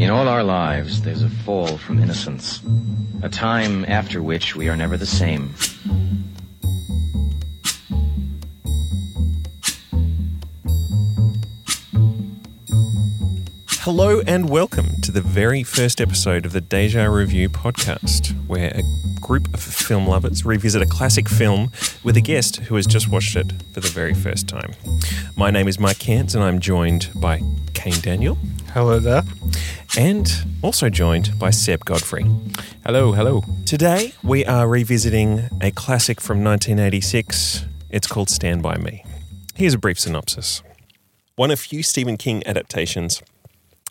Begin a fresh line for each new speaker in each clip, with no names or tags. In all our lives, there's a fall from innocence, a time after which we are never the same.
Hello and welcome to the very first episode of the Deja Review podcast, where a group of film lovers revisit a classic film with a guest who has just watched it for the very first time. My name is Mike Cantz and I'm joined by Kane Daniel
Hello there.
and also joined by Seb Godfrey.
Hello, hello.
Today we are revisiting a classic from 1986. It's called Stand By Me. Here's a brief synopsis. One of few Stephen King adaptations,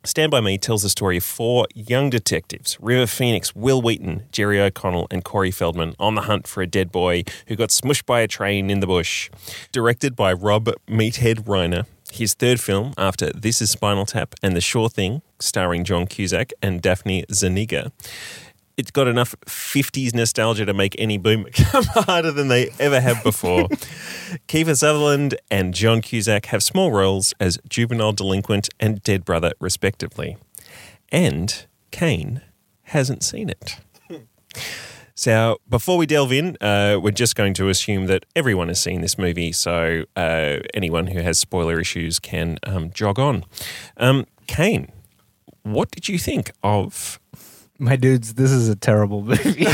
Stand By Me tells the story of four young detectives River Phoenix, Will Wheaton, Jerry O'Connell, and Corey Feldman on the hunt for a dead boy who got smushed by a train in the bush. Directed by Rob Meathead Reiner, his third film after This Is Spinal Tap and The Sure Thing, starring John Cusack and Daphne Zaniga it's got enough 50s nostalgia to make any boomer come harder than they ever have before. Kiefer Sutherland and John Cusack have small roles as juvenile delinquent and dead brother, respectively. And Kane hasn't seen it. So, before we delve in, uh, we're just going to assume that everyone has seen this movie. So, uh, anyone who has spoiler issues can um, jog on. Um, Kane, what did you think of
My dudes, this is a terrible movie.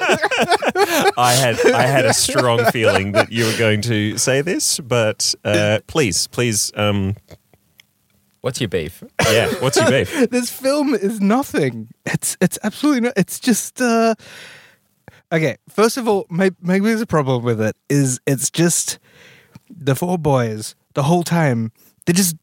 I had I had a strong feeling that you were going to say this, but uh, please, please, um,
What's your beef?
yeah. What's your beef?
this film is nothing. It's it's absolutely not. It's just uh Okay, first of all, my maybe there's a problem with it is it's just the four boys the whole time they're just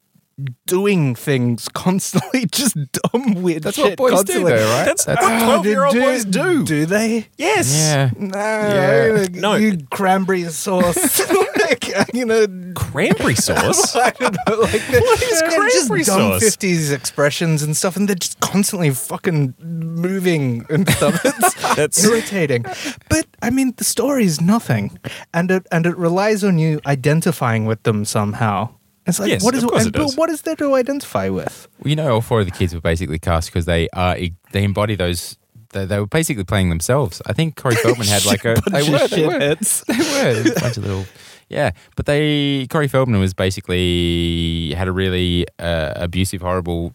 doing things constantly, just dumb weird
That's
shit
what boys do,
constantly. Ah,
though, right?
That's-
That's-
what 12-year-old boys do.
Do they?
Yes.
yeah.
No,
Yeah.
No.
you cranberry sauce, like, you know,
Cranberry sauce.
I don't know, like the,
What is
they're just
cranberry
dumb
sauce?
fifties expressions and stuff, and they're just constantly fucking moving and stuff. It's
That's
irritating, but I mean, the story is nothing, and it and it relies on you identifying with them somehow. It's like
Yes,
what is
of course
and-
it does.
but what is there to identify with?
Well, you know, all four of the kids were basically cast because they are e, they embody those. They, they were basically playing themselves. I think Corey Feldman had like a. they were. They were.
shitheads.
They were. They were a bunch of little. Yeah, but they Corey Feldman was basically had a really uh, abusive, horrible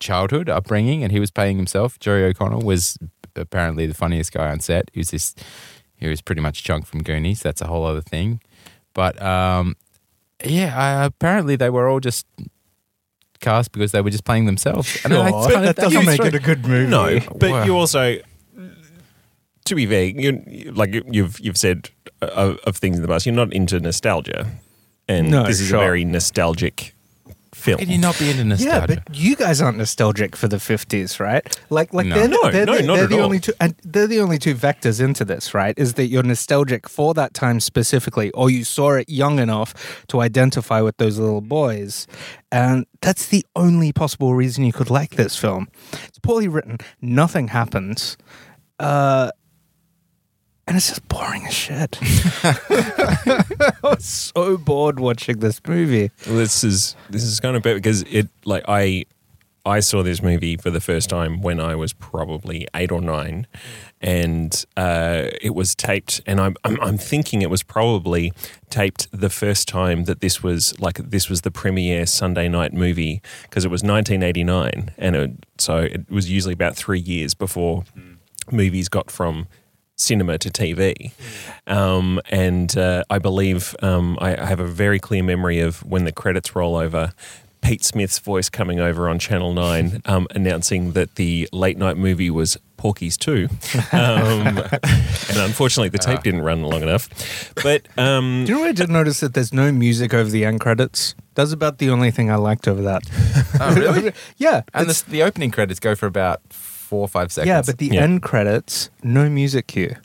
childhood upbringing, and he was paying himself. Jerry O'Connell was apparently the funniest guy on set. He was this. He was pretty much chunk from Goonies. That's a whole other thing. But um, yeah, uh, apparently they were all just cast because they were just playing themselves. And I
Sure,
kinda
that
think
doesn't
it's
make it
right.
a good movie.
no. But
Wow.
you also, to be vague, you, you- like you- you've you've said uh, of, of things in the past, you're not into nostalgia, and
No,
this is
sure.
a very nostalgic film.
How Can you not be into
Yeah,
nostalgia?
but you guys aren't nostalgic for the fifties, right? Like, like
No.
they're,
No, no,
they're, they're,
not
they're
at
the
all.
only two, and they're the only two vectors into this, right? Is that you're nostalgic for that time specifically, or you saw it young enough to identify with those little boys, and that's the only possible reason you could like this film. It's poorly written. Nothing happens. Uh, and it's just boring as shit. I was so bored watching this movie.
Well, this is this is kind of bad because it like I I saw this movie for the first time when I was probably eight or nine, and uh, it was taped, and I'm, I'm I'm thinking it was probably taped the first time that this was like this was the premiere Sunday night movie because it was 1989, and it, so it was usually about three years before movies got from cinema to TV. Um, and uh, I believe um, I, I have a very clear memory of when the credits roll over. Pete Smith's voice coming over on Channel 9 um, announcing that the late night movie was Porky's 2. Um, and unfortunately, the
Ah.
tape didn't run long enough. But um,
Do you know what I did notice that there's no music over the end credits? That's about the only thing I liked over that.
oh, really?
yeah.
And
it's-
the, the opening credits go for about four or five seconds.
yeah, but the
Yeah.
end credits, no music cue.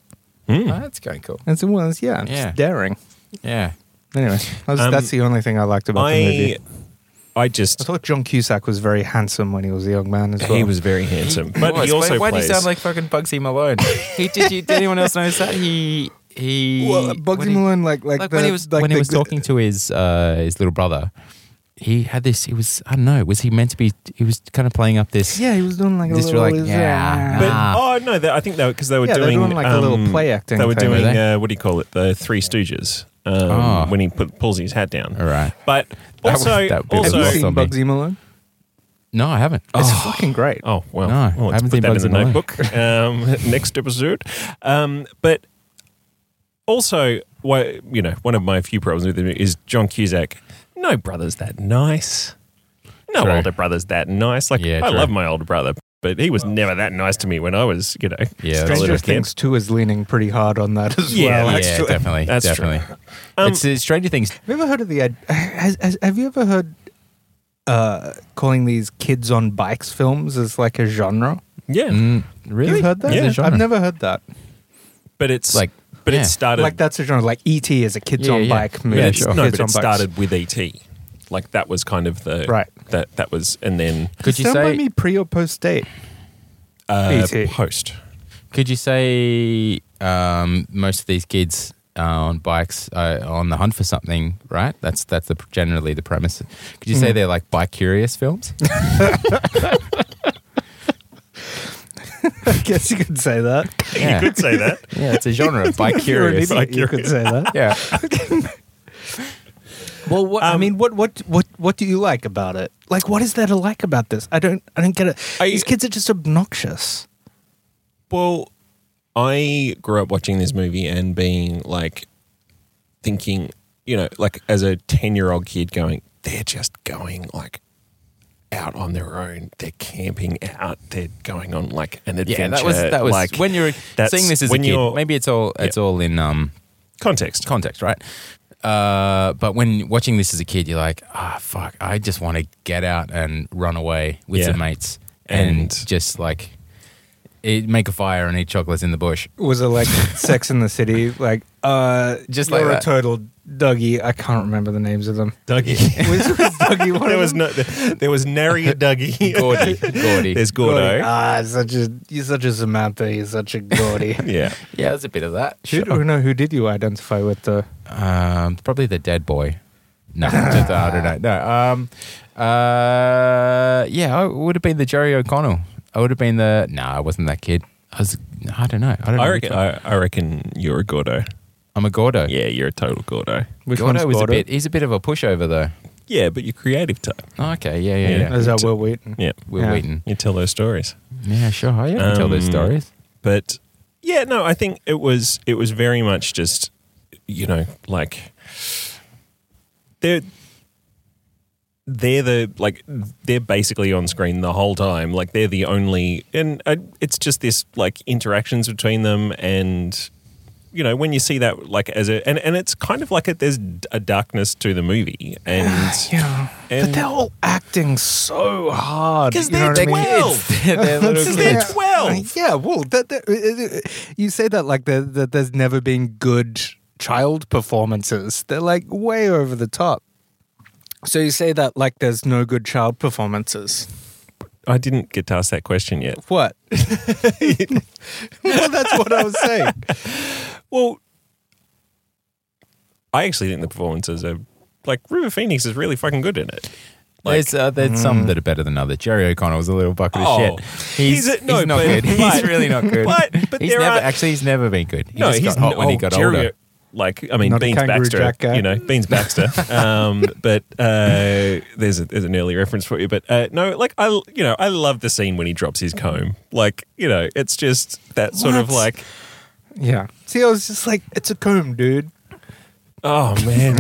mm,
Oh, that's kind of cool.
And so, well, it's, yeah, it's
Yeah.
daring.
Yeah.
Anyway, that was-
Um,
that's the only thing I liked about the
I,
movie.
I
I
just.
thought John Cusack was very handsome when he was a young man as well.
He was very handsome, but
was,
he also
why
plays.
do you sound like fucking Bugsy Malone? he did. You, did anyone else notice that he he
well, uh, Bugsy
uh, when he-
Malone, like, like,
like
the,
when he was
like
when
the-
he was talking to his uh, his little brother. he had this. He was I don't know. Was he meant to be? He was kind of playing up this.
Yeah, he was doing like a
Just
little.
like,
he was,
yeah.
But
Ah.
oh no, they, I think they because they were
Yeah, they were
doing, um,
doing like a little play acting
They were
thing,
doing
were they?
Uh, what do you call it? The Three Stooges um,
Ah.
when he put, pulls his hat down.
All right.
But
That
also,
would- that would be
Have
also,
you
Also-
seen
Zombie.
Bugsy Malone?
No, I haven't.
It's
Oh,
fucking great.
Oh well,
No,
well,
I
let's
haven't
put
seen
that in
Bugs
the
in a while.
notebook. um, next episode, um, but also, why you know, one of my few problems with him is John Cusack. No brother's that nice. No
True.
older brother's that nice. Like
Yeah,
I
true.
love my older brother, but he was never that nice to me when I was, you know,
Yeah,
just a
that's
little
Stranger
kid.
Things 2 is leaning pretty hard on that as
Yeah,
well,
yeah,
actually.
definitely.
That's true. Um,
definitely. it's uh, Stranger Things.
Have you ever heard of the. id- Has, has, have you ever heard uh, calling these kids on bikes films as like a genre?
Yeah,
Mm, really?
You've heard that?
As a genre?
I've never heard that.
but it's
Like,
like, but
yeah.
it started
like that's a genre. Like E.T. is a kids
Yeah,
on
yeah.
bike movie.
Yeah,
it's-
sure.
No,
Kids
but
on
it
bikes.
started with ET. Like that was kind of the
Right.
That that was, and then
Could you
Stand by
say-
me pre or post date? E
uh,
E.T..
post.
Could you say um, most of these kids uh, on bikes are on the hunt for something, right? That's that's the, generally the premise. Could you
Mm.
say they're like bike curious films?
I guess you could say that.
yeah.
You could say that.
yeah, it's a genre of bike
If you're an
curious.
idiot, you could say that.
yeah.
Well, what,
Um,
I mean, what, what, what, what do you like about it? Like, what is there to like about this? I don't, I don't get it.
I-
These kids are just obnoxious.
Well, I grew up watching this movie and being like, thinking, you know, like as a 10 year old kid going, they're just going like out on their own. They're camping out. They're going on like an adventure.
Yeah, that was that was
like,
when you're
that's
seeing this as a
when
kid.
you're-
Maybe it's all it's all in um,
context.
context, right? Uh, but when watching this as a kid, you're like, ah, fuck, I just want to get out and run away with
Yeah.
some mates and,
And-
just like eat, make a fire and eat chocolates in the bush.
Was it like Sex in the City? Like, uh,
Just
you're
like
a
that.
total Dougie. I can't remember the names of them.
Dougie.
Was, was Dougie one
there
of
was
them?
no, there was nary a Dougie.
Gordy, Gordy.
There's
Gordy.
Gordo.
Ah, such a you're such a Samantha. You're such a Gordy.
Yeah.
yeah, there's a bit of that.
Who, do- no, who did you identify with uh, though?
Um, probably the dead boy. No, just, I don't know. No, um, uh, yeah, it would have been the Jerry O'Connell. I would have been the. No, I wasn't that kid. I was. I don't know. I don't know.
I
which
reckon,
one.
I, I reckon you're a Gordo.
I'm a Gordo.
Yeah, you're a total Gordo.
Which
Gordo
one's
was a
Gordo?
bit. He's a bit of a pushover though.
Yeah, but you're creative type.
Oh, okay. Yeah, yeah,
Yeah.
yeah.
Is that Will Wheaton?
Yeah.
Will
Yeah.
Wheaton.
You tell those stories.
Yeah, sure. I can tell those
Um,
stories.
but yeah no i think it was it was very much just you know like they're they're the like they're basically on screen the whole time like they're the only and I, it's just this like interactions between them and you know when you see that like as a and, and it's kind of like a, there's a darkness to the movie and
Yeah. but
And-
they're all acting so hard.
'Cause
you know
they're
what I mean?
twelve.
They're little
Because
kids.
they're
Yeah.
12.
Yeah, well, that, that, uh, you say that like there- that there's never been good child performances. They're like way over the top. So you say that like there's no good child performances.
i didn't get to ask that question yet
What? well, that's what I was saying.
Well, I actually think the performances are like River Phoenix is really fucking good in it. Like,
there's uh, there's
mm.
some that are better than others. Jerry O'Connell was a little bucket of
Oh.
shit. He's,
He's a- no,
he's not
but-
good. he's
but-
really not good.
but- but
he's
there
never
are-
actually he's never been good. He
no,
just
he's
got hot
n-
when he
oh,
got
Jerry-
older.
Like I mean,
Not a
Beans
kangaroo
Baxter,
jack guy.
you know, Beans Baxter. um, but uh, there's a, there's an early reference for you. But uh, no, like I, you know, I love the scene when he drops his comb. Like you know, it's just that sort of
What?
like,
Yeah. See, I was just like, it's a comb, dude.
oh man,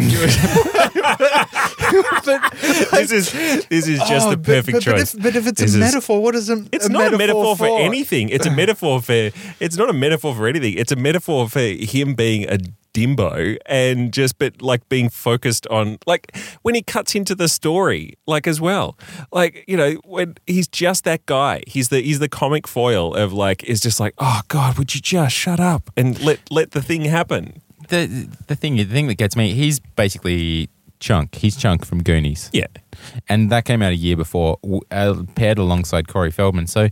But
this is this is just
Oh,
the
but-
perfect
but, but
choice.
If, but if it's
This is-
a metaphor, what is a
It's not a metaphor for, anything. It's a metaphor for. It's not a metaphor for anything. It's a metaphor for him being a dimbo and just, but like being focused on, like when he cuts into the story, like as well, like you know, when he's just that guy. He's the he's the comic foil of like is just like, oh God, would you just shut up and let let the thing happen?
The the thing the thing that gets me, he's basically Chunk. He's Chunk from Goonies.
Yeah,
and that came out a year before, w- uh, paired alongside Corey Feldman. So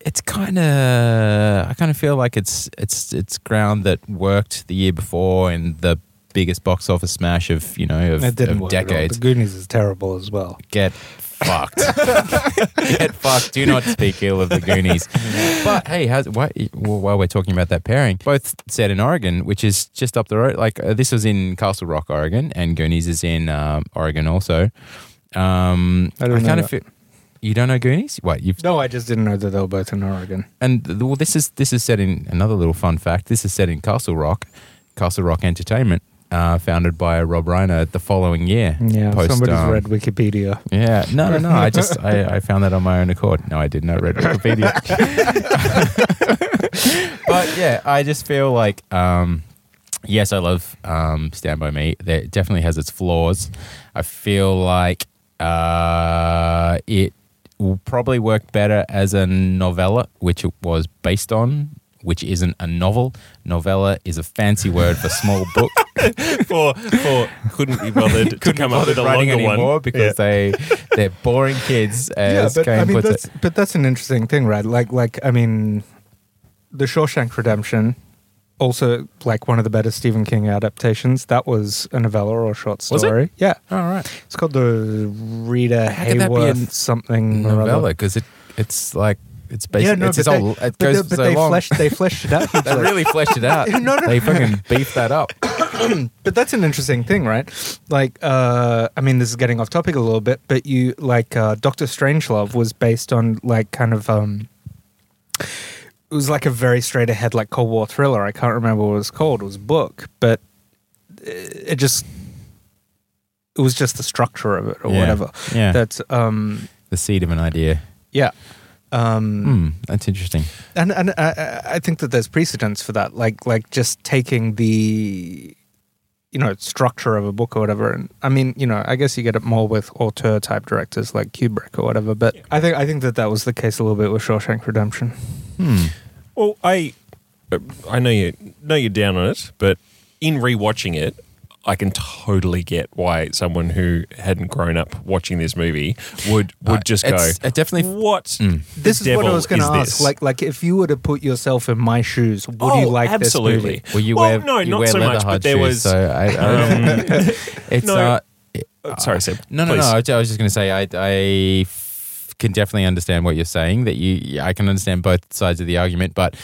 it's kind of I kind of feel like it's it's it's ground that worked the year before, and the biggest box office smash of you know of,
It didn't
of
work. at all.
decades.
The Goonies is terrible as well.
Get fucked. Get fucked. Do not speak ill of the Goonies. but hey, how's, why, well, while we're talking about that pairing, both set in Oregon, which is just up the road. Like uh, this was in Castle Rock, Oregon, and Goonies is in um, Oregon also. Um,
I don't know
kinda
that.
feel- you don't know Goonies? What you've
No, I just didn't know that they were both in Oregon.
and th- well, this is this is set in another little fun fact. This is set in Castle Rock, Castle Rock Entertainment, uh, founded by Rob Reiner the following year.
Yeah,
Post,
somebody's
um,
read Wikipedia.
Yeah, no, no, no. I just I, I found that on my own accord. No, I did not read Wikipedia. but yeah, I just feel like um, yes, I love um, Stand by Me. That it definitely has its flaws. I feel like uh, it will probably work better as a novella, which it was based on. Which isn't a novel. Novella is a fancy word for small book.
for for couldn't be bothered to
couldn't
come up
bother
with a
writing
longer
anymore
one.
because they they're boring kids.
yeah,
As
but
Kane
I mean,
puts
that's,
it.
but that's an interesting thing, right? Like, like I mean, The Shawshank Redemption, also like one of the better Stephen King adaptations. That was a novella or a short
Was it?
story. Yeah,
All right,
it's called the Rita
How could that be a
Hayworth something or other.
novella because it it's like it's basically
but
it's his whole-
they,
it
but they-
goes
but
so
they
long.
fleshed they fleshed it out.
they
hugely.
really fleshed it out.
No, no.
They fucking beefed that up.
but that's an interesting thing, right? Like, uh, I mean, this is getting off topic a little bit, but you like uh, Doctor Strangelove was based on like kind of um, it was like a very straight ahead like Cold War thriller. I can't remember what it was called. It was a book, but it it just it was just the structure of it or
Yeah.
whatever.
Yeah,
That's um,
the seed of an idea.
yeah. Um,
Hmm, that's interesting.
and and I- I, I think that there's precedence for that, like like just taking the you know structure of a book or whatever. And I mean, you know, I guess you get it more with auteur type directors like Kubrick or whatever. But I think I think that that was the case a little bit with Shawshank Redemption.
Hmm.
Well, I I know you know you're down on it, but in rewatching it, I can totally get why someone who hadn't grown up watching this movie would would
Uh,
just go.
it's- Hmm. It definitely.
What?
This is what I
devil
was going to
is
ask.
this?
Like like if you were to put yourself in my shoes, would
oh,
you like
absolutely.
this movie?
Well, you
Well,
wear
no,
you
not
wear
so
leather
much,
hard
but there was-
shoes, So I, I
Um,
it's
no.
uh,
uh, sorry, Seb.
No, no,
please.
no. I was I was just going to say, I, I f- can definitely understand what you're saying. That you, yeah, I can understand both sides of the argument, but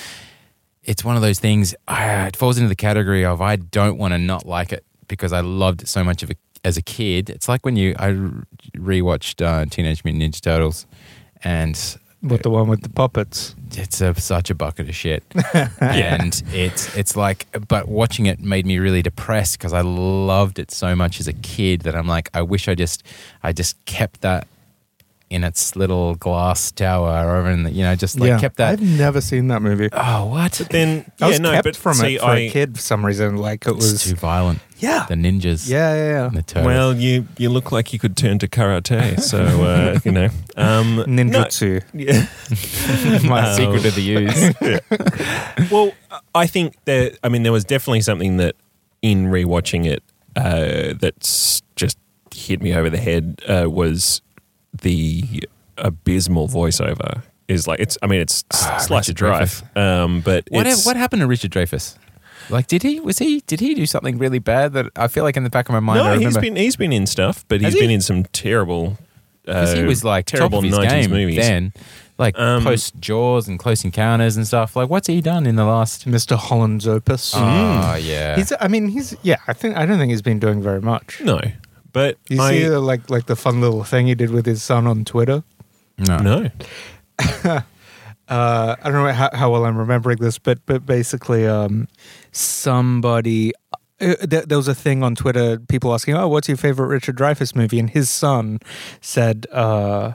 it's one of those things. Uh, it falls into the category of I don't want to not like it because I loved it so much of a, as a kid. It's like when you I r- rewatched uh, Teenage Mutant Ninja Turtles, and
With the one with the puppets.
it's a, such a bucket of shit. and it's it's like, but watching it made me really depressed because I loved it so much as a kid that I'm like, I wish I just I just kept that in its little glass tower over in the you know just like kept that.
I've never seen that movie.
oh what?
Then
I
Uh, yeah,
was
no,
kept
but
from
see,
it for
I,
a kid for some reason. Like it
It's
was.
too violent.
Yeah.
The ninjas.
Yeah, yeah,
and
yeah.
The turtles.
Well, you you look like you could turn to karate, so uh, you know. Um, no,
Ninjutsu.
yeah.
my secret of the use.
well, I think that I mean there was definitely something that in rewatching it uh, that's just hit me over the head uh, was the abysmal voiceover. Is like it's. I mean, it's
Ah,
slice of
Richard
drive, um, but
What,
it's,
what happened to Richard Dreyfus? Like, did he was he did he do something really bad that I feel like in the back of my mind? I
no,
remember,
he's been he's been in stuff, but
Has
he's
he?
been in some terrible.
because
Uh,
he was like
terrible
top of his
90s
game
movies.
then, like
Um,
post Jaws and Close Encounters and stuff. Like, what's he done in the last?
Mr. Holland's opus.
Hmm.
Ah, yeah,
He's. I mean, he's. Yeah, I think. I don't think he's been doing very much.
No, but
You
I
see, the, like, like the fun little thing he did with his son on Twitter.
no.
no.
Uh, I don't know how, how well I'm remembering this, but but basically, um, somebody. Uh, there, there was a thing on Twitter, people asking, "Oh, what's your favorite Richard Dreyfuss movie?" And his son said, uh,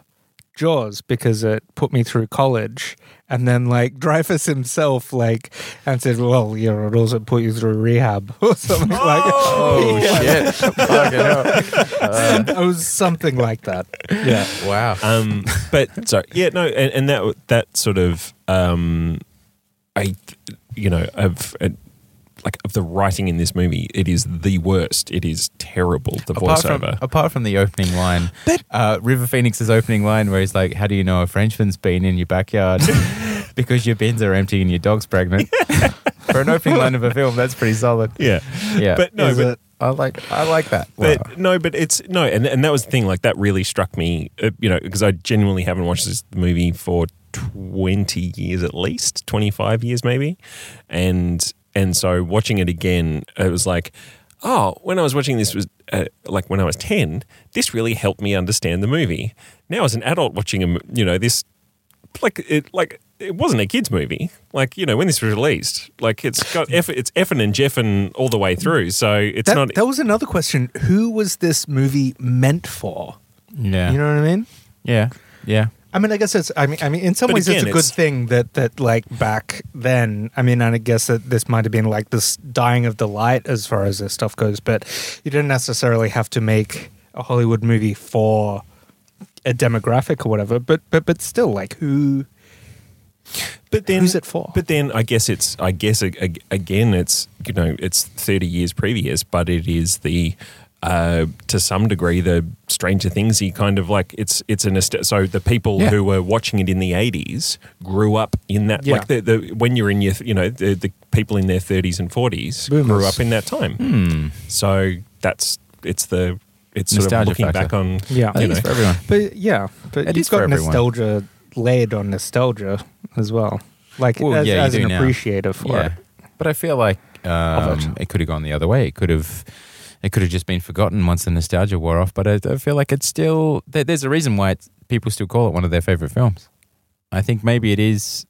"Jaws," because it put me through college. And then, like Dreyfus himself, like, and said, "Well, you know, it also put you through rehab or something like."
Oh shit! Fucking hell.
it was something like that. Yeah.
Wow.
Um, but sorry, yeah, no, and, and that that sort of um, I, you know, of uh, like of the writing in this movie, it is the worst. It is terrible. The
Apart from,
voiceover.
apart from the opening line, uh, River Phoenix's opening line, where he's like, "How do you know a Frenchman's been in your backyard? because your bins are empty and your dog's pregnant." For an opening line of a film, that's pretty solid.
yeah,
Yeah,
but no,
Is
but
it-
I like I like that.
But
Wow.
no, but it's no, and and that was the thing. Like that really struck me, uh, you know, because I genuinely haven't watched this movie for twenty years at least, twenty five years maybe, and and so watching it again, it was like, oh, when I was watching this was uh, like when I was ten, this really helped me understand the movie. Now as an adult watching a, m- you know, this like it like it wasn't a kids movie like you know when this was released like it's got eff, it's effing and jeffing all the way through so it's
That,
not
that was another question. Who was this movie meant for?
yeah.
You know what I mean?
yeah. Yeah.
I mean, I guess it's. I mean, I mean, in some
But
ways, it's
again,
a good
it's-
thing that that like back then. I mean, and I guess that this might have been like this dying of the light as far as this stuff goes. But you didn't necessarily have to make a Hollywood movie for a demographic or whatever. But but but still, like who?
But then
Who's it for?
But then I guess it's I guess ag- ag- again it's you know it's thirty years previous, but it is the uh, to some degree the Stranger Thingsy kind of like it's it's an est- so the people
Yeah.
who were watching it in the eighties grew up in that
Yeah.
like the, the when you're in your th- you know the, the people in their thirties and forties grew
Boomers. Hmm.
up in that time. So that's it's the it's sort
Nostalgia
of looking
factor.
back on
Yeah.
I
you
think
know
it's for everyone.
But yeah, but
It
you've
is for
got
everyone.
nostalgia laid on nostalgia as well, like
Well,
as,
yeah, you
as
do
an
now.
appreciator for it.
But I feel like
Of
um, it, could have gone the other way. It could have it could have just been forgotten once the nostalgia wore off. But I, I feel like it's still there, there's a reason why it's, people still call it one of their favorite films. I think maybe it is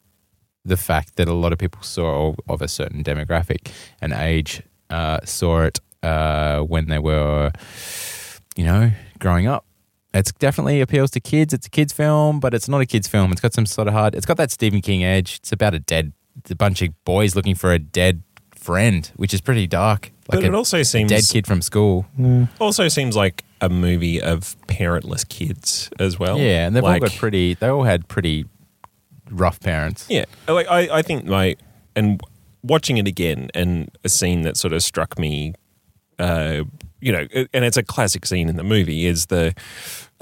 the fact that a lot of people saw of a certain demographic and age uh, saw it uh, when they were, you know, growing up. It's definitely appeals to kids. It's a kids film, but it's not a kids film. It's got some sort of hard. It's got that Stephen King edge. It's about a dead, a bunch of boys looking for a dead friend, which is pretty dark.
But
Like
it
a
also seems Mm-hmm.
dead kid from school.
Also seems like a movie of parentless kids as well.
yeah, and they've
like,
all got pretty. They all had pretty rough parents.
Yeah, like I, I think my and watching it again and a scene that sort of struck me, uh, you know, and it's a classic scene in the movie is the,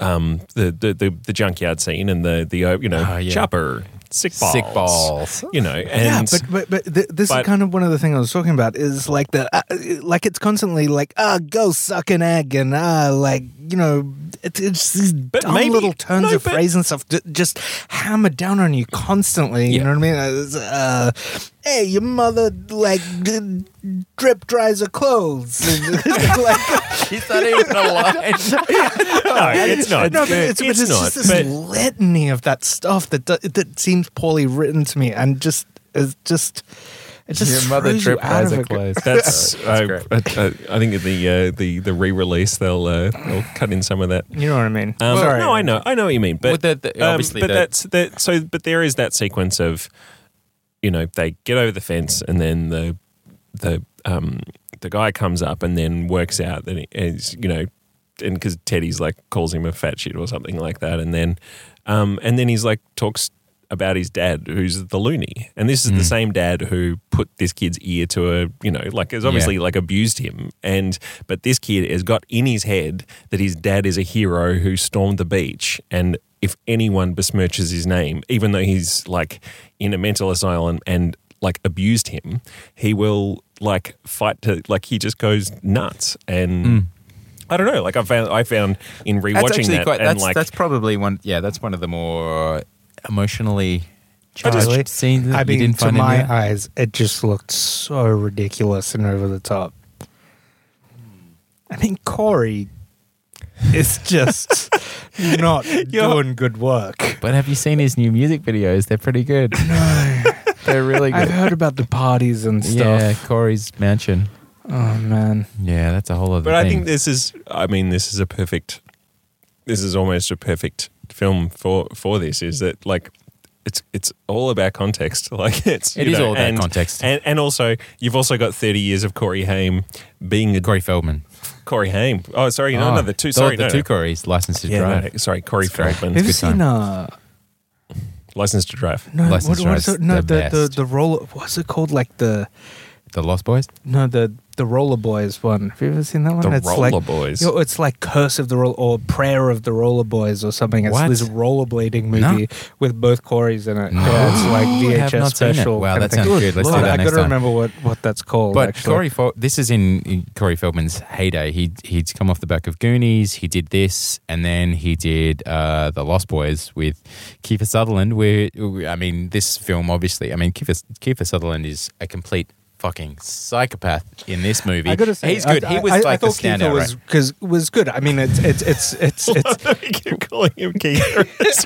um, the the the, the junkyard scene and the the uh, you know
Oh, yeah.
chopper sick balls,
Sick balls.
you know, and
yeah, but but, but th- this
but-
is kind of one of the things I was talking about is like the uh, like it's constantly like ah go suck an egg and ah like you know it, it's these
But
dumb
maybe-
little turns
no,
of
but-
phrase and stuff d- just hammered down on you constantly. You
Yeah.
know what I mean? Uh, it's, Uh, hey, your mother like d- drip dries her clothes. like,
Is that even a line?
no, it's not.
no, but it's, but it's
not.
just this
but,
litany of that stuff that do- that seems poorly written to me, and just it's just it just
Your mother
throws
trip
you out
eyes
of
are
it.
closed.
that's,
That's
uh,
great.
I, I, I think at the uh, the the re-release they'll uh, they'll cut in some of that.
You know what I mean?
Um,
Sorry.
No, I know, I know what you mean, but um,
Well, the- the- obviously
but
the-
that's that. So, but there is that sequence of, you know, they get over the fence, and then the the um the guy comes up, and then works out that he is, you know, and because Teddy's like calls him a fat shit or something like that, and then um and then he's like talks about his dad who's the loony and this is
Mm.
the same dad who put this kid's ear to a you know like has obviously like abused him and but this kid has got in his head that his dad is a hero who stormed the beach and if anyone besmirches his name even though he's like in a mental asylum and like abused him he will like fight to like he just goes nuts and
Mm.
I don't know. Like I found, I found in rewatching that, and
that's,
like
that's probably one. Yeah, that's one of the more emotionally
Charlie,
charged scenes. that
I
you
mean,
didn't
to
find in
my uh,
there.
eyes, it just looked so ridiculous and over the top. I mean, Corey is just not doing good work.
But have you seen his new music videos? They're pretty good. No, they're really
I've
good.
heard about the parties and stuff.
Yeah, Corey's mansion.
Oh man,
Yeah, that's a whole other.
But
thing.
I think this is. I mean, this is a perfect. This is almost a perfect film for for this. Is that like, it's it's all about context. Like it's
It
you
is
know,
all about
and-
context.
And and also you've also got thirty years of Corey Haim being a
Corey Feldman.
Corey Haim. Oh, sorry, no,
Ah,
no, the two.
the-
Sorry,
the
no,
two
no.
Corey's licensed to
Yeah, no,
drive.
no, sorry, Corey
It's great.
Feldman.
have you
good time.
seen uh
License to drive.
no
License
what, what is
Drive's
it? No,
the
the the,
best.
the roller. What's it called? Like the
The Lost Boys.
no the the Roller Boys one. Have you ever seen that one?
The
it's
Roller
like,
Boys.
You know, it's like Curse of the Roller or Prayer of the Roller Boys or something. It's
What?
this rollerblading movie with both Corys in it.
No.
Yeah, It's like
I have
VHS
not seen it.
special.
Wow,
kind of
that
thing.
sounds good. Let's do
Lord,
that
I
next
gotta
time.
remember what, what that's called.
But
actually.
Corey, Fel- this is in in Corey Feldman's heyday. He he'd come off the back of Goonies. He did this, and then he did uh, the Lost Boys with Kiefer Sutherland. Where I mean, this film obviously. I mean, Kiefer Kiefer Sutherland is a complete fucking psychopath in this movie.
I gotta say,
he's good.
I,
he was
I, I
like the
thought Keith
standout.
was
right?
because was good. I mean, it's it's it's it's, it's
you keep calling him Keith.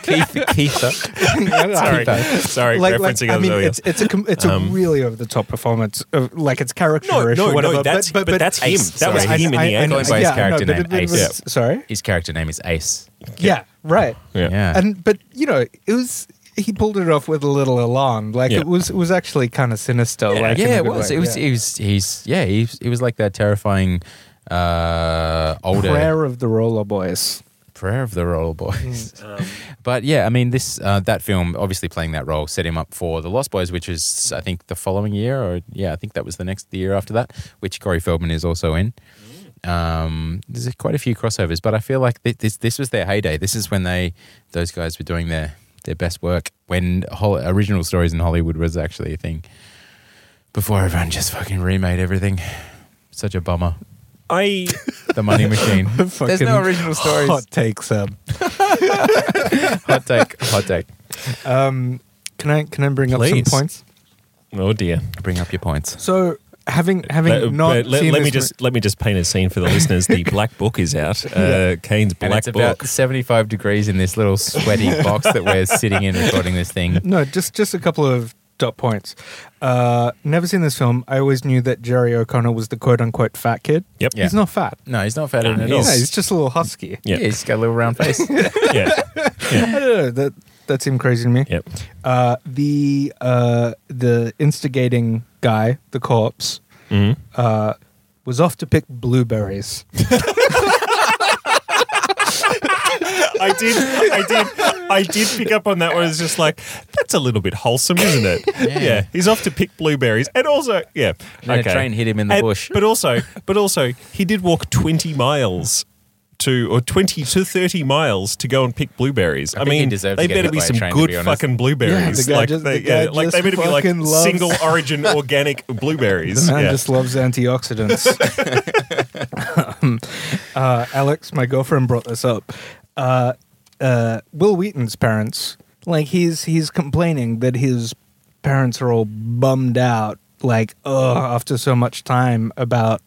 Kiefer, Kiefer.
Sorry, sorry, referencing
I
other
mean,
earlier.
it's it's a com- it's a really over the top performance, of, like it's characterish
no,
or
no,
whatever.
that's- but that's him. That was
sorry.
him in the end.
Going by his
yeah, I know,
character
but it-
name,
it
Ace.
was-
Yeah.
Sorry,
His character name is Ace.
yeah, right.
Yeah.
And but you know, it was he pulled it off with a little alarm. Like
Yeah.
it was it was actually kind of sinister. like in a
yeah, it
good
was.
way,
It was.
yeah.
It was. He's. Yeah. He. He was like that terrifying. Uh, older
Prayer of the Roller Boys.
Prayer of the Roller Boys. but yeah, I mean, this uh, that film obviously playing that role set him up for the Lost Boys, which is I think the following year, or yeah, I think that was the next the year after that, which Corey Feldman is also in. Um, there's quite a few crossovers, but I feel like thi- this this was their heyday. This is when they those guys were doing their their best work when hol- original stories in Hollywood was actually a thing. Before everyone just fucking remade everything, such a bummer.
I
The money machine. There's no
Fucking
original stories.
Hot takes um,
hot take. Hot take.
um can I can I bring up
Please.
some points?
oh dear.
Bring up your points.
So having having
Let-
not
but let,
seen
let me
this
just let me just paint a scene for the listeners. The black book is out. Uh, Kane's
And
black
it's about
book.
75 degrees in this little sweaty box that we're sitting in recording this thing.
No, just just a couple of dot points. Uh, never seen this film. I always knew that Jerry O'Connor was the quote unquote fat kid.
Yep.
Yeah.
He's not fat.
No, he's not fat
No,
at all.
he's-
Yeah, he's just a little husky.
Yeah.
Yeah, he's got a little round face.
yeah.
I don't know. That that seemed crazy to me.
Yep.
Uh, the uh, the instigating guy, the corpse,
Mhm.
uh, was off to pick blueberries.
I did. I did. I did pick up on that. Where it's just like that's a little bit wholesome, isn't it?
Yeah.
He's off to pick blueberries, and also yeah.
And then a train hit him in the
And-
bush.
But also, but also, he did walk twenty miles. To, or twenty to thirty miles to go and pick blueberries. I,
think he
mean,
deserved
they
to get
better
hit
be
by a
some
train, to
good
be honest.
fucking blueberries.
Yeah, the guy
like,
just-
they,
the guy
yeah, like they
just
better be like
fucking loves-
single origin organic
The
blueberries.
man
Yeah.
just loves antioxidants. Um, uh, Alex, my girlfriend, brought this up. Uh, uh, Will Wheaton's parents, like he's he's complaining that his parents are all bummed out, like ugh, after so much time about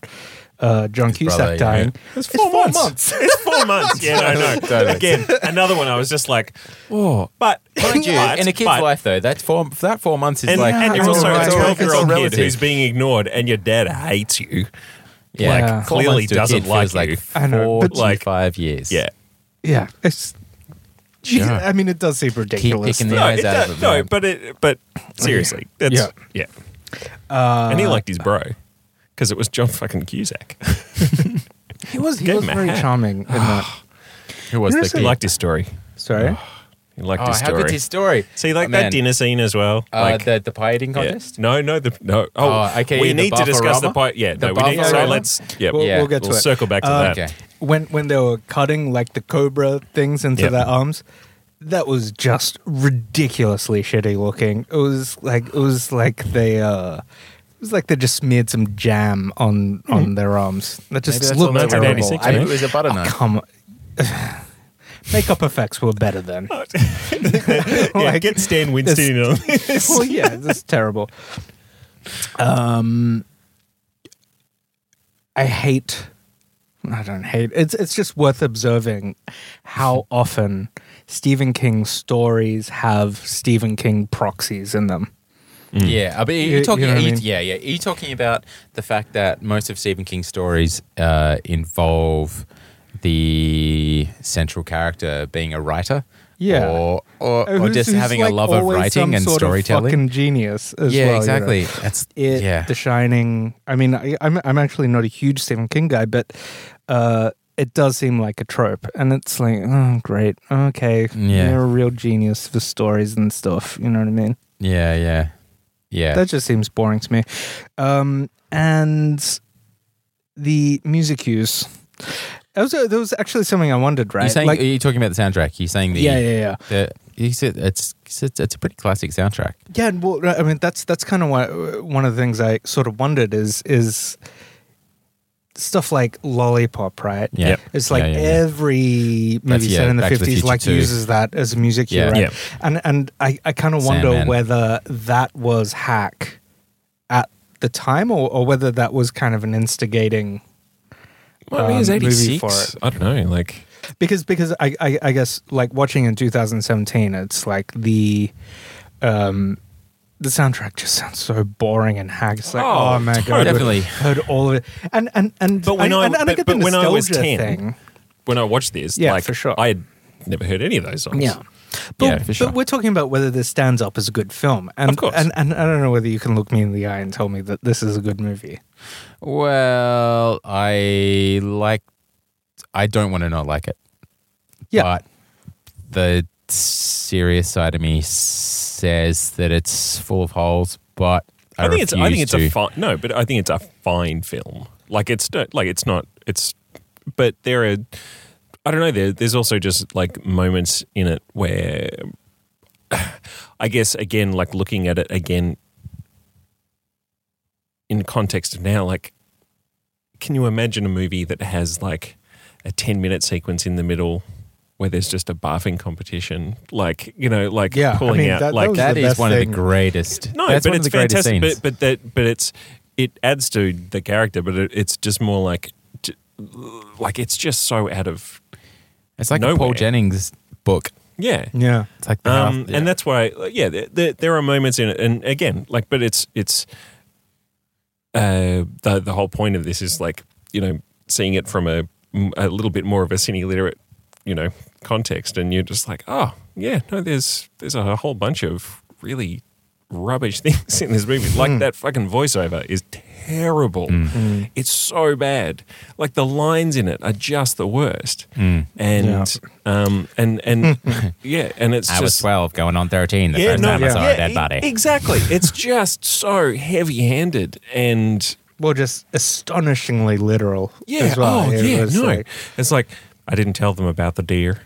uh, John Cusack
brother, yeah.
dying.
It's four, months. It's four months. Yeah, I know.
Totally.
Again, another one. I was just like, whoa. But
Oh. Mind you,
but-
in a kid's
but-
life, though, that four, that four months is
and,
like.
and you're
it's
also
all right,
a
it's all- it's all
12 year old kid
relative.
who's being ignored, and your dad hates you.
yeah.
like,
Four
clearly
months to a
doesn't
kid
like
feels like
you.
I know,
Four
but-
to
Like-
five years.
Yeah.
Yeah, it's.
Sure.
I mean, it does seem ridiculous.
picking the-
No,
eyes
it
out
does,
of it,
no,
man.
but it, but seriously, that's yeah,
Uh,
and he liked his bro because it was John fucking Cusack.
he was he
Gave
was
him a
very
hat.
charming in that.
Who was the
he
kid?
liked his story.
Sorry.
He liked
oh,
his
how
story.
good's his story?
So you like
Oh,
that
man.
dinner scene as well?
Uh,
like
the, the pie eating
yeah.
contest?
No, no, the no. Oh,
Oh, okay,
we
the
need to discuss the
Baffarama?
point. Yeah,
The
no, we need. So
Baffarama?
let's. Yeah,
We'll,
Yeah,
we'll get to
we'll
it.
circle back to
Uh,
that.
Okay.
when when they were cutting like the cobra things into
Yep.
their arms that was just ridiculously shitty looking it was like it was like they uh it was like they just smeared some jam on on their arms that
Mm-hmm. Maybe
just
that's
looked
all they were
terrible
about.
I
I mean,
think.
it was a butter
Oh, come on. makeup effects were better then
Yeah,
Like,
get Stan Winston in on this.
well yeah this is terrible um i hate i don't hate it's it's just worth observing how often stephen king stories have stephen king proxies in them
Yeah, I mean,
You-
are you talking?
you know
are
what I
you-
mean?
Yeah, yeah. Are you talking about the fact that most of Stephen King's stories uh, involve the central character being a writer?
Yeah.
or or,
Uh,
or
who's-
just
who's
having
like
a love of
always some
writing and
sort of
storytelling.
fucking genius as well, you
yeah,
know?
exactly. That's
it,
yeah.
The Shining. I mean, I, I'm I'm actually not a huge Stephen King guy, but uh, it does seem like a trope, and it's like, oh, great, okay,
Yeah.
you're a real genius for stories and stuff. You know what I mean?
yeah, yeah, yeah.
That just seems boring to me. Um, and the music cues. Also, there was actually something I wondered, right?
You're, saying,
like,
you're talking about the soundtrack. You're saying the.
yeah, yeah, yeah.
the- you said it's, it's it's a pretty classic soundtrack.
Yeah, and well, right, I mean that's that's kind of what one of the things I sort of wondered is is stuff like Lollipop, right?
Yeah. Yep.
it's like
Yeah, yeah, yeah.
every movie
yeah,
set in the
Back to the
fifties
Future
like
too.
uses that as a music cue,
Yeah.
right?
Yeah.
And and I I kind of wonder
Sandman.
whether that was hack at the time or or whether that was kind of an instigating
Well, I mean, it was
um, movie
86.
for it.
I don't know. Like,
because because I, I I guess like watching in 2017, it's like the um the soundtrack just sounds so boring and hag. It's like,
Oh,
oh, my
totally.
god,
Definitely.
heard all of it, and and and
But when
and,
I-
and, and
but-
I get the
but when I was 10,
nostalgia thing.
when I watched this,
Yeah,
like,
for sure.
I had never heard any of those songs.
Yeah. But,
Yeah, for sure.
but we're talking about whether this stands up as a good film, and,
Of course.
and and I don't know whether you can look me in the eye and tell me that this is a good movie.
Well, I like. I don't want to not like it.
Yeah.
But the serious side of me says that it's full of holes, but I,
I, think it's I think
refuse
it's
to.
a fine no, but I think it's a fine film. Like it's not like it's not it's but there are I don't know there there's also just like moments in it where I guess again like looking at it again in context of now like can you imagine a movie that has like a 10 minute sequence in the middle where there's just a barfing competition like you know like
Yeah, I
pulling
mean,
out
that-
like
that was
that
the
is
best
one
thing.
of the greatest.
no,
that's
but
one
it's
of the greatest
fantastic.
scenes.
But, but that, but it's it adds to the character, but it, it's just more like, j- like it's just so out of
it's like a Paul
nowhere.
Jennings book.
yeah.
Yeah,
It's like the
Um,
half- yeah.
And that's why, yeah, there, there, there are moments in it, and again, like, but it's it's uh, the the whole point of this is like you know seeing it from a a little bit more of a cine literate you know context, and you're just like, oh yeah, no, there's there's a whole bunch of really rubbish things in this movie.
Hmm.
Like that fucking voiceover is terrible. It's so bad. Like the lines in it are just the worst.
Hmm.
And
Yeah.
um and and yeah, and it's
I was
just
12 going on 13 the first time I saw a dead
e-
body.
Exactly. It's just so heavy-handed and
well, just astonishingly literal.
yeah,
as well.
oh
It
yeah,
was
no.
like-
it's like I didn't tell them about the deer.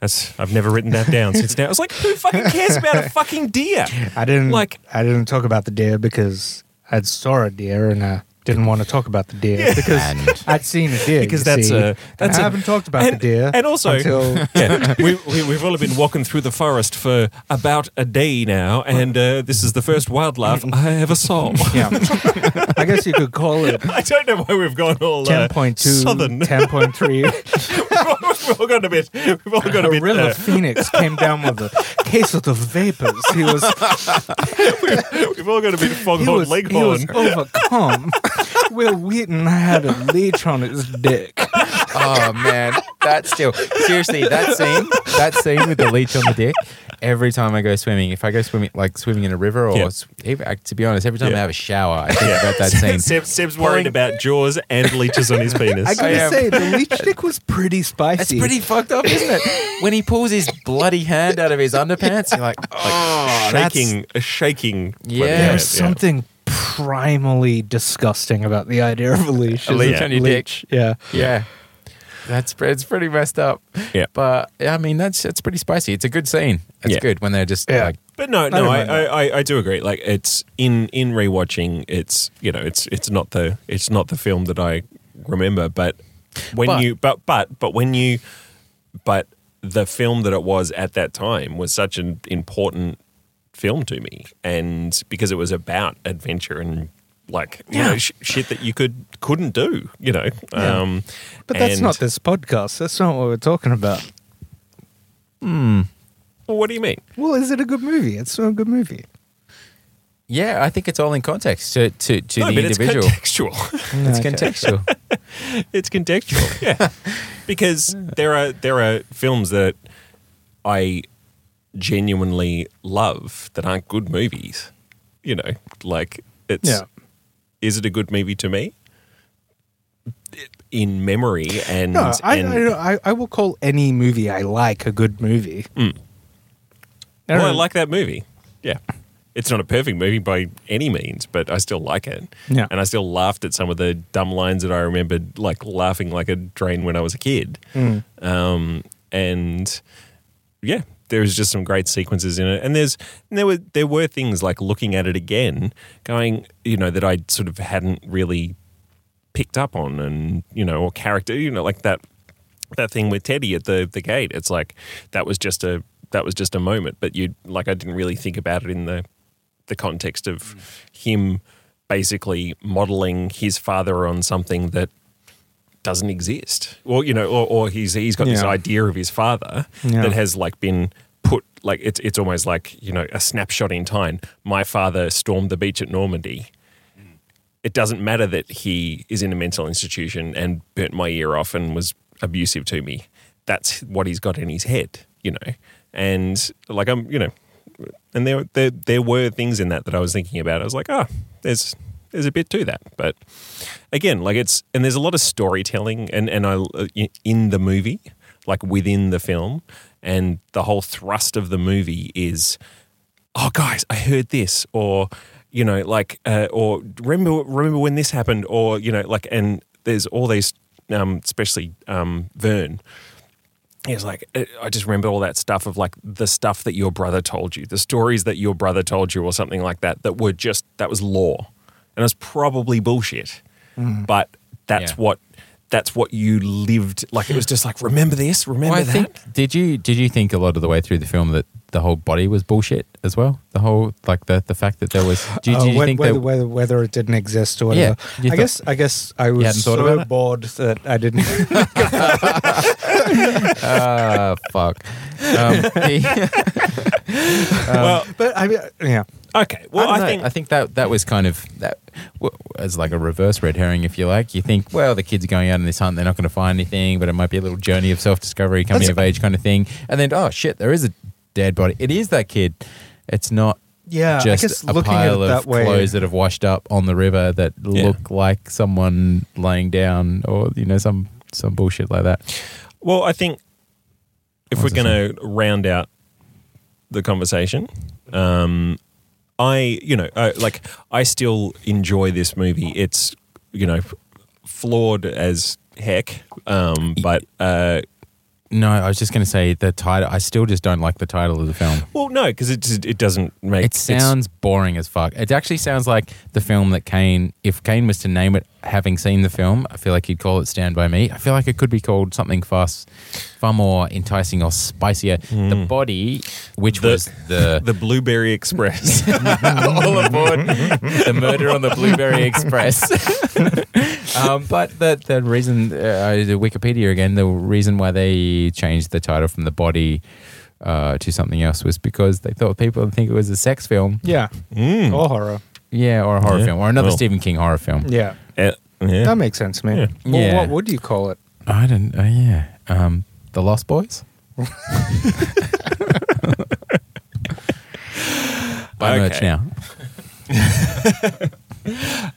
That's I've never written that down since now. It's like who fucking cares about a fucking deer?
I didn't
Like-
like. I didn't talk about the deer because I'd saw a deer and I didn't want to talk about the deer because
And-
I'd seen a deer.
because
you
that's
see,
a that's
and I
a-
haven't talked about
and-
the deer
and also
until
yeah, we, we, we've all been walking through the forest for about a day now, and uh, this is the first wildlife I ever saw.
yeah. I guess you could call it.
I don't know why we've gone all uh,
10.2,
southern.
10.3
we've all gone a bit. We've all gone a bit.
Gorilla
Uh,
Phoenix came down with a case of the vapors. He was,
we've all gone a bit
he
foghorn
was, he was
leghorn.
overcome. Will Wheaton had a leech on his dick.
oh man, that still seriously that scene that scene with the leech on the dick. Every time I go swimming, if I go swimming like swimming in a river or
Yeah.
s- even, uh, to be honest, every time
Yeah.
I have a shower, I think about that scene.
Seb, Seb's worried about jaws and leeches on his penis.
I gotta
am-
say, the leech dick was pretty spicy.
That's pretty fucked up, isn't it? When he pulls his bloody hand out of his underpants, you're like, oh, that's-
shaking, a shaking.
Yeah.
bloody
There
There's
hand,
was
something primally disgusting about the idea of a leash.
A
as
leech on your
leech. Yeah.
Yeah. That's pre- it's pretty messed up.
Yeah.
But yeah, I mean that's it's pretty spicy. It's a good scene. It's
Yeah.
good when they're just
Yeah.
like
But no, no,
don't
I,
mind that.
I, I, I do agree. Like it's in in rewatching, it's you know, it's it's not the it's not the film that I remember. But when
But-
you but but but when you but the film that it was at that time was such an important film to me, and because it was about adventure and like you know sh- shit that you could couldn't do, you know. Um,
But that's
and-
not this podcast. That's not what we're talking about.
Well, what do you mean?
Well, is it a good movie? It's not a good movie.
Yeah, I think it's all in context to to, to
no,
the
but
individual.
it's contextual.
It's
Okay.
contextual.
it's contextual. Yeah, because there are there are films that I genuinely love that aren't good movies. You know, like it's
Yeah.
is it a good movie to me? In memory and
No, I,
and-
I, I, I will call any
Hmm.
movie I like a good movie.
well, I like that movie. Yeah, It's not a perfect movie by any means, but I still like it.
Yeah.
And I still laughed at some of the dumb lines that I remembered, like laughing like a drain when I was a kid. Um, and yeah, there's just some great sequences in it, and there's and there were there were things like looking at it again, going you know that I sort of hadn't really picked up on, and you know, or character, you know, like that that thing with Teddy at the the gate. It's like that was just a that was just a moment, but you like I didn't really think about it in the the context of him basically modeling his father on something that doesn't exist, or you know, or, or he's he's got this
Yeah.
idea of his father
Yeah.
that has like been put like it's it's almost like you know a snapshot in time. My father stormed the beach at Normandy. It doesn't matter that he is in a mental institution and burnt my ear off and was abusive to me. That's what he's got in his head, you know. And like I'm, you know, and there there there were things in that that I was thinking about. I was like, ah, there's there's a bit to that, but again, like it's and there's a lot of storytelling and and I in the movie, like within the film, and the whole thrust of the movie is, oh guys, I heard this, or you know, like, uh, or remember remember when this happened, or you know, like, and there's all these, um, especially um, Vern, it's like uh, I just remember all that stuff of like the stuff that your brother told you, the stories that your brother told you, or something like that. That were just that was law, and it's probably bullshit. But that's
Mm. Yeah.
what that's what you lived. Like it was just like remember this, remember
Well, I
that.
think did you did you think a lot of the way through the film that the whole body was bullshit as well? The whole like the the fact that there was. Did,
Uh,
Oh,
did you
whe-
think
whether,
that?
whether whether it didn't exist or
Yeah,
whatever.
you
I
thought-
guess I guess I
hadn't
was
thought
so
about it?
bored that I didn't.
Ah, fuck. Um, the-
well,
but I mean, yeah,
okay. Well,
um, I,
I,
don't know.
think
I think that that was kind of that w- as like a reverse red herring, if you like. You think, well, the kids are going out on this hunt; they're not going to find anything, but it might be a little journey of self-discovery, coming
That's-
of age kind of thing. And then, oh shit, there is a dead body. It is that kid. It's not
yeah. I guess
just a
looking at it
pile
that
of
way,
clothes that have washed up on the river that
Yeah.
look like someone laying down, or you know, some some bullshit like that.
well, I think if we're
was I
going to round out the conversation, um, I you know I, like I still enjoy this movie. It's you know f- flawed as heck, um, but uh,
No, I was just going to say the title. I still just don't like the title of the film.
well, no, because it just- it doesn't make
It sounds boring as fuck. It actually sounds like the film that Kane, if Kane was to name it, having seen the film, I feel like he'd call it Stand By Me. I feel like it could be called something far, s- far more enticing or spicier. The Body, which
The-
was the,
the Blueberry Express.
all aboard the murder on the Blueberry Express. um, but the, the reason, uh, the Wikipedia again, the reason why they changed the title from The Body uh, to something else was because they thought people would think it was a sex film.
yeah,
Hmm.
or horror,
Yeah, or a horror
Yeah.
film, or another
Well.
Stephen King horror film.
yeah.
Uh, yeah.
That makes sense, man.
Yeah.
Well,
Yeah.
what would you call it?
I don't. Uh, yeah, um, the Lost Boys. Buy merch
Okay.
now.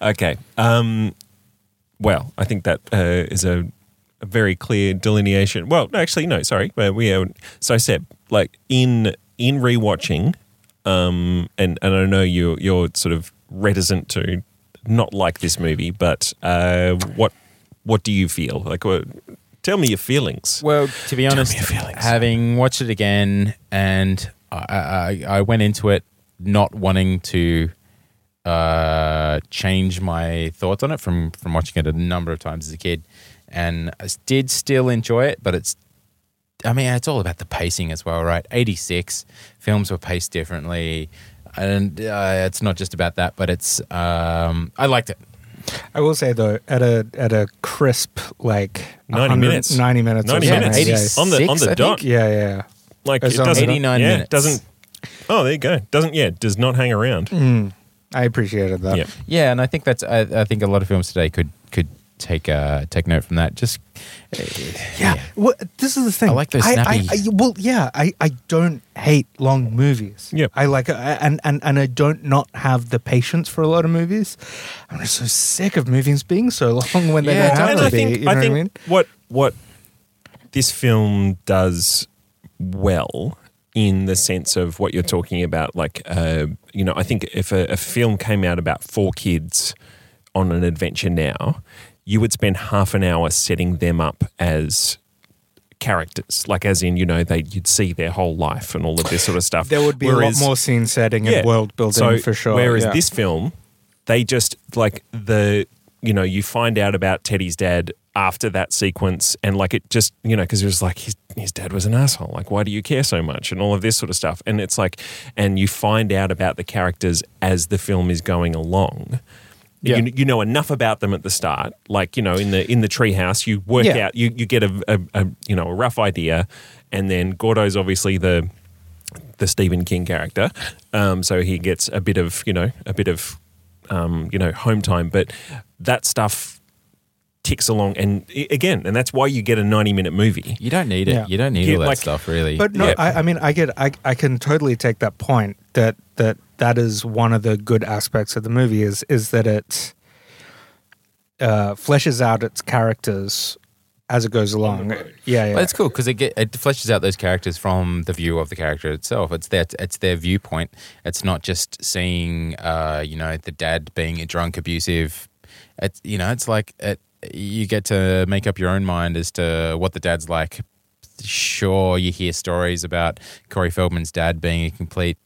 Okay. Um, well, I think that uh, is a, a very clear delineation. Well, no, actually, no, sorry. But we are, so I said, like in in rewatching, um, and and I know you you're sort of reticent to not like this movie, but uh, what what do you feel like? What, tell me your feelings.
Well, to be honest,
your feelings.
having watched it again, and I, I, I went into it not wanting to uh, change my thoughts on it from from watching it a number of times as a kid, and I s- did still enjoy it, but it's. I mean, it's all about the pacing as well, right? 86 films were paced differently. And uh, it's not just about that, but it's. Um, I liked it.
I will say though, at a at a crisp like
90
100
minutes.
ninety minutes, or
90
something,
minutes.
yeah.
86.
On the, on the
I
dot.
think.
Yeah, yeah.
Like, it
It's on
doesn't.
89
yeah,
minutes.
It doesn't. Oh, there you go. Doesn't, yeah, does not hang around.
I appreciated that.
Yeah.
Yeah, and I think that's I, I think a lot of films today could could take uh, take note from that. Just uh,
Yeah. Well, this is the thing.
I like those snappy-
I, I, well, yeah. I, I don't hate long movies.
Yep.
I like I- and and and I don't not have the patience for a lot of movies. I'm just so sick of movies being so long when they
Yeah,
don't have
and
to
I
be.
think,
you know
I think
what I mean?
what what this film does well in the sense of what you're talking about. Like, uh, you know, I think if a, a film came out about four kids on an adventure now, you would spend half an hour setting them up as characters, like as in you know they you'd see their whole life and all of this sort of stuff.
There would be
Whereas-
a lot more scene setting and world building
so,
for sure.
Whereas
yeah.
this film, they just like the you know you find out about Teddy's dad after that sequence, and like it just you know because it was like his his dad was an asshole. Like why do you care so much and all of this sort of stuff. And it's like, and you find out about the characters as the film is going along.
Yeah.
You, you know enough about them at the start, like you know in the in the treehouse. You work
Yeah.
out, you you get a, a, a you know a rough idea, and then Gordo's obviously the the Stephen King character. Um, so he gets a bit of, you know, a bit of, um, you know, home time. But that stuff ticks along. And i- again, and that's why you get a 90 minute movie.
You don't need it.
Yeah.
You don't need
Yeah,
all that
like-
stuff, really.
But no,
Yeah.
I, I mean, I get, I, I can totally take that point that that that is one of the good aspects of the movie is is that it uh, fleshes out its characters as it goes along. Yeah, yeah.
But it's cool because it get, it fleshes out those characters from the view of the character itself. It's their it's their viewpoint. It's not just seeing, uh, you know, the dad being a drunk, abusive. It's you know, it's like it, you get to make up your own mind as to what the dad's like. Sure, you hear stories about Corey Feldman's dad being a complete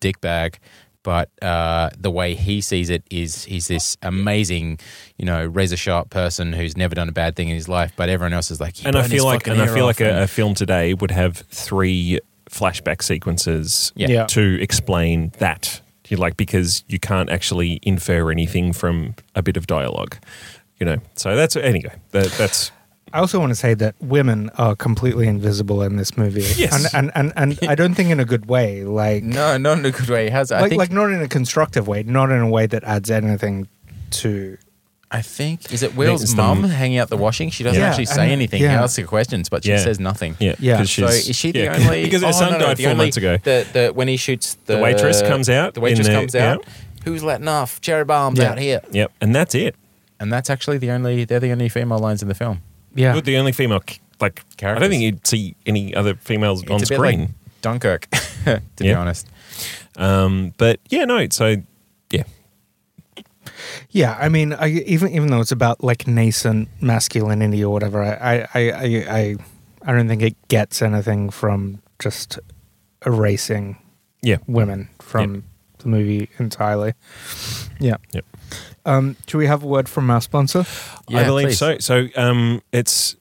dickbag. But uh, the way he sees it is he's this amazing, you know, razor sharp person who's never done a bad thing in his life. But everyone else is like, he
And I
burned
feel
his
like,
fucking
and I
ear
feel like
off
a,
and-
a film today would have three flashback sequences
Yeah.
Yeah.
to explain that. You like because you can't actually infer anything from a bit of dialogue, you know. So that's anyway. That, that's
I also want to say that women are completely invisible in this movie.
Yes.
And and, and, and I don't think in a good way. Like
no, not in a good way. It has I
like,
think
like not in a constructive way, not in a way that adds anything to
I think is it Will's
it's the-
mum hanging out the washing? She doesn't
Yeah,
actually
and-
say anything. He
yeah.
asks her questions, but she
Yeah.
says nothing.
yeah.
Yeah.
'cause
So
she's-
is she the
yeah.
only?
because
oh,
her son
no, no,
died
the
four
only-
months ago.
The, the when he shoots the,
waitress comes out
The waitress
in the-
comes out. Who's letting off? Cherry bombs
Yeah.
out here.
Yep, and that's it.
And that's actually the only. They're the only female lines in the film.
yeah.
You're the only female c- like character. I don't
Characters.
think you'd see any other females on
It's a bit like
screen.
Dunkirk, to be
Yeah.
honest.
um, but yeah, no. So yeah,
Yeah, I mean, I, even even though it's about like nascent masculinity or whatever, I I I I, I, I don't think it gets anything from just erasing
yeah.
women from the movie entirely. Yeah.
Yep.
Um, do we have a word from our sponsor?
I
Yeah,
believe
please.
so. So um, it's.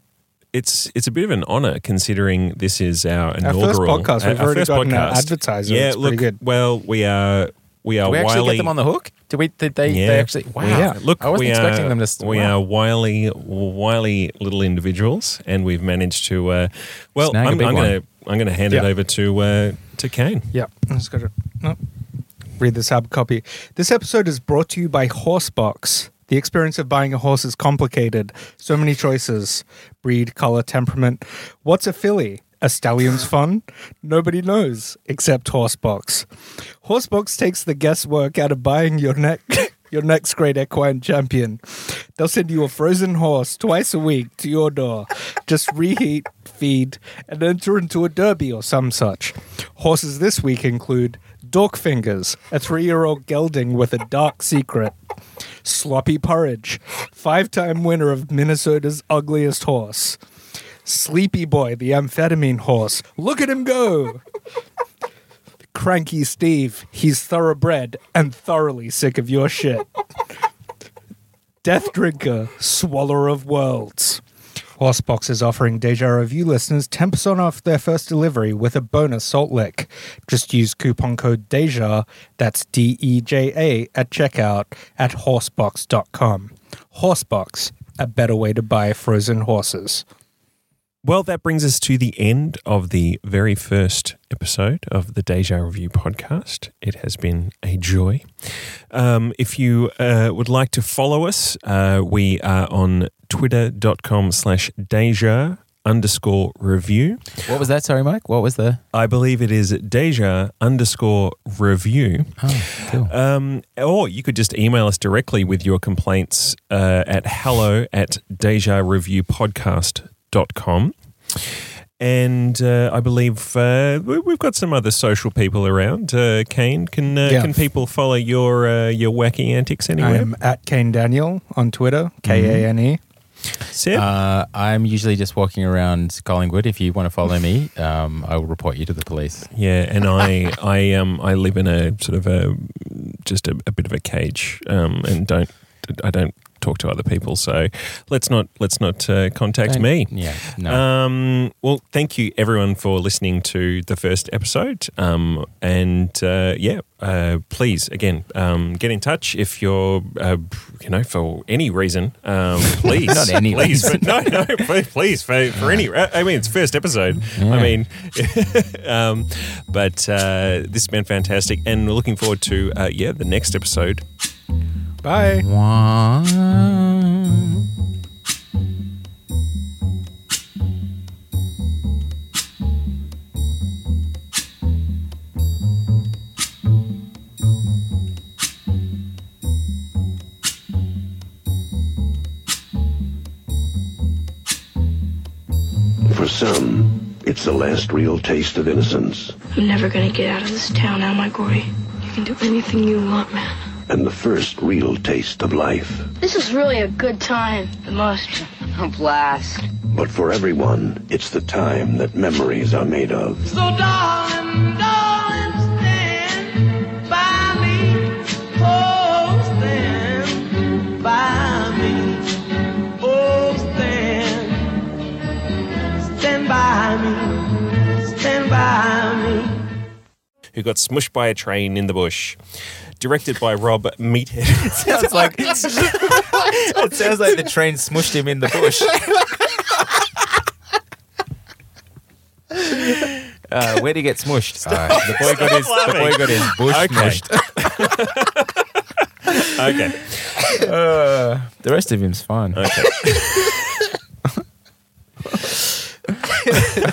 It's it's a bit of an honor considering this is our
Our
inaugural
first podcast.
our-
We've
our
already
first
gotten our
podcast.
advertiser.
Yeah,
It's pretty
look,
good.
well, we are we are
Did we actually
wily.
get them on the hook? Did we? Did they?
Yeah.
They actually. Wow.
Yeah.
Look,
I wasn't
we
expecting
are,
them to.
We uh,
wow.
are wily, wily little individuals, and we've managed to. Uh, well,
Snag a
I'm,
big
I'm
one.
gonna I'm gonna hand it
Yeah.
over to uh, to Kane.
Yeah, let's go to no. read this hard copy. This episode is brought to you by Horsebox. The experience of buying a horse is complicated. So many choices: breed, color, temperament. What's a filly? A stallion's fun? Nobody knows except Horsebox. Horsebox takes the guesswork out of buying your neck. your next great equine champion. They'll send you a frozen horse twice a week to your door. Just reheat, feed, and enter into a derby or some such. Horses this week include Dork Fingers, a three year old gelding with a dark secret. Sloppy Porridge, five time winner of Minnesota's ugliest horse. Sleepy Boy, the amphetamine horse. Look at him go! Cranky Steve, he's thoroughbred and thoroughly sick of your shit. Death Drinker, Swallower of Worlds. Horsebox is offering Deja Review listeners 10% off their first delivery with a bonus salt lick. Just use coupon code DEJA, that's D E J A, at checkout at horsebox.com. Horsebox, a better way to buy frozen horses.
Well, that brings us to the end of the very first episode of the Deja Review podcast. It has been a joy. Um, if you uh, would like to follow us, uh, we are on twitter.com slash deja underscore review.
What was that? Sorry, Mike. What was the?
I believe it is deja underscore review.
Oh, cool.
Um, or you could just email us directly with your complaints uh, at hello at dejareviewpodcast.com. And uh, I believe uh, we- we've got some other social people around. Uh, Kane, can uh,
Yeah.
can people follow your uh, your wacky antics anywhere?
I'm at Kane Daniel on Twitter, K A N E.
Seb?
Uh, I'm usually just walking around Collingwood. If you want to follow me, um, I will report you to the police.
Yeah, and I, I, um, I live in a sort of a just a, a bit of a cage, um, and don't, I don't talk to other people. So let's not, let's not uh, contact
Don't-
me.
Yeah. No.
Um, well, thank you everyone for listening to the first episode. Um, and uh, yeah, uh, please again um, get in touch if you're, uh, you know, for any reason. Um, please,
Not any
please,
reason.
for- no, no, please, please for, for any. uh, I mean, it's first episode. I
Yeah.
mean, um, but uh, this has been fantastic, and we're looking forward to uh, yeah the next episode.
Bye.
Wah.
For some, it's the last real taste of innocence
I'm never gonna get out of this town, am I, Gory? You can do anything you want, man.
and the first real taste of life.
This is really a good time. The most. A blast.
But for everyone, it's the time that memories are made of.
So darling, darling, stand by me. Oh, stand by me. Oh, stand. Stand by me. Stand by me.
who got smushed by a train in the bush. Directed by Rob Meathead.
sounds like it sounds like the train smushed him in the bush. Uh, where did he get smushed? Uh, the boy got his the boy got his bush
Okay.
smushed.
okay.
The rest of him's fine.
Okay.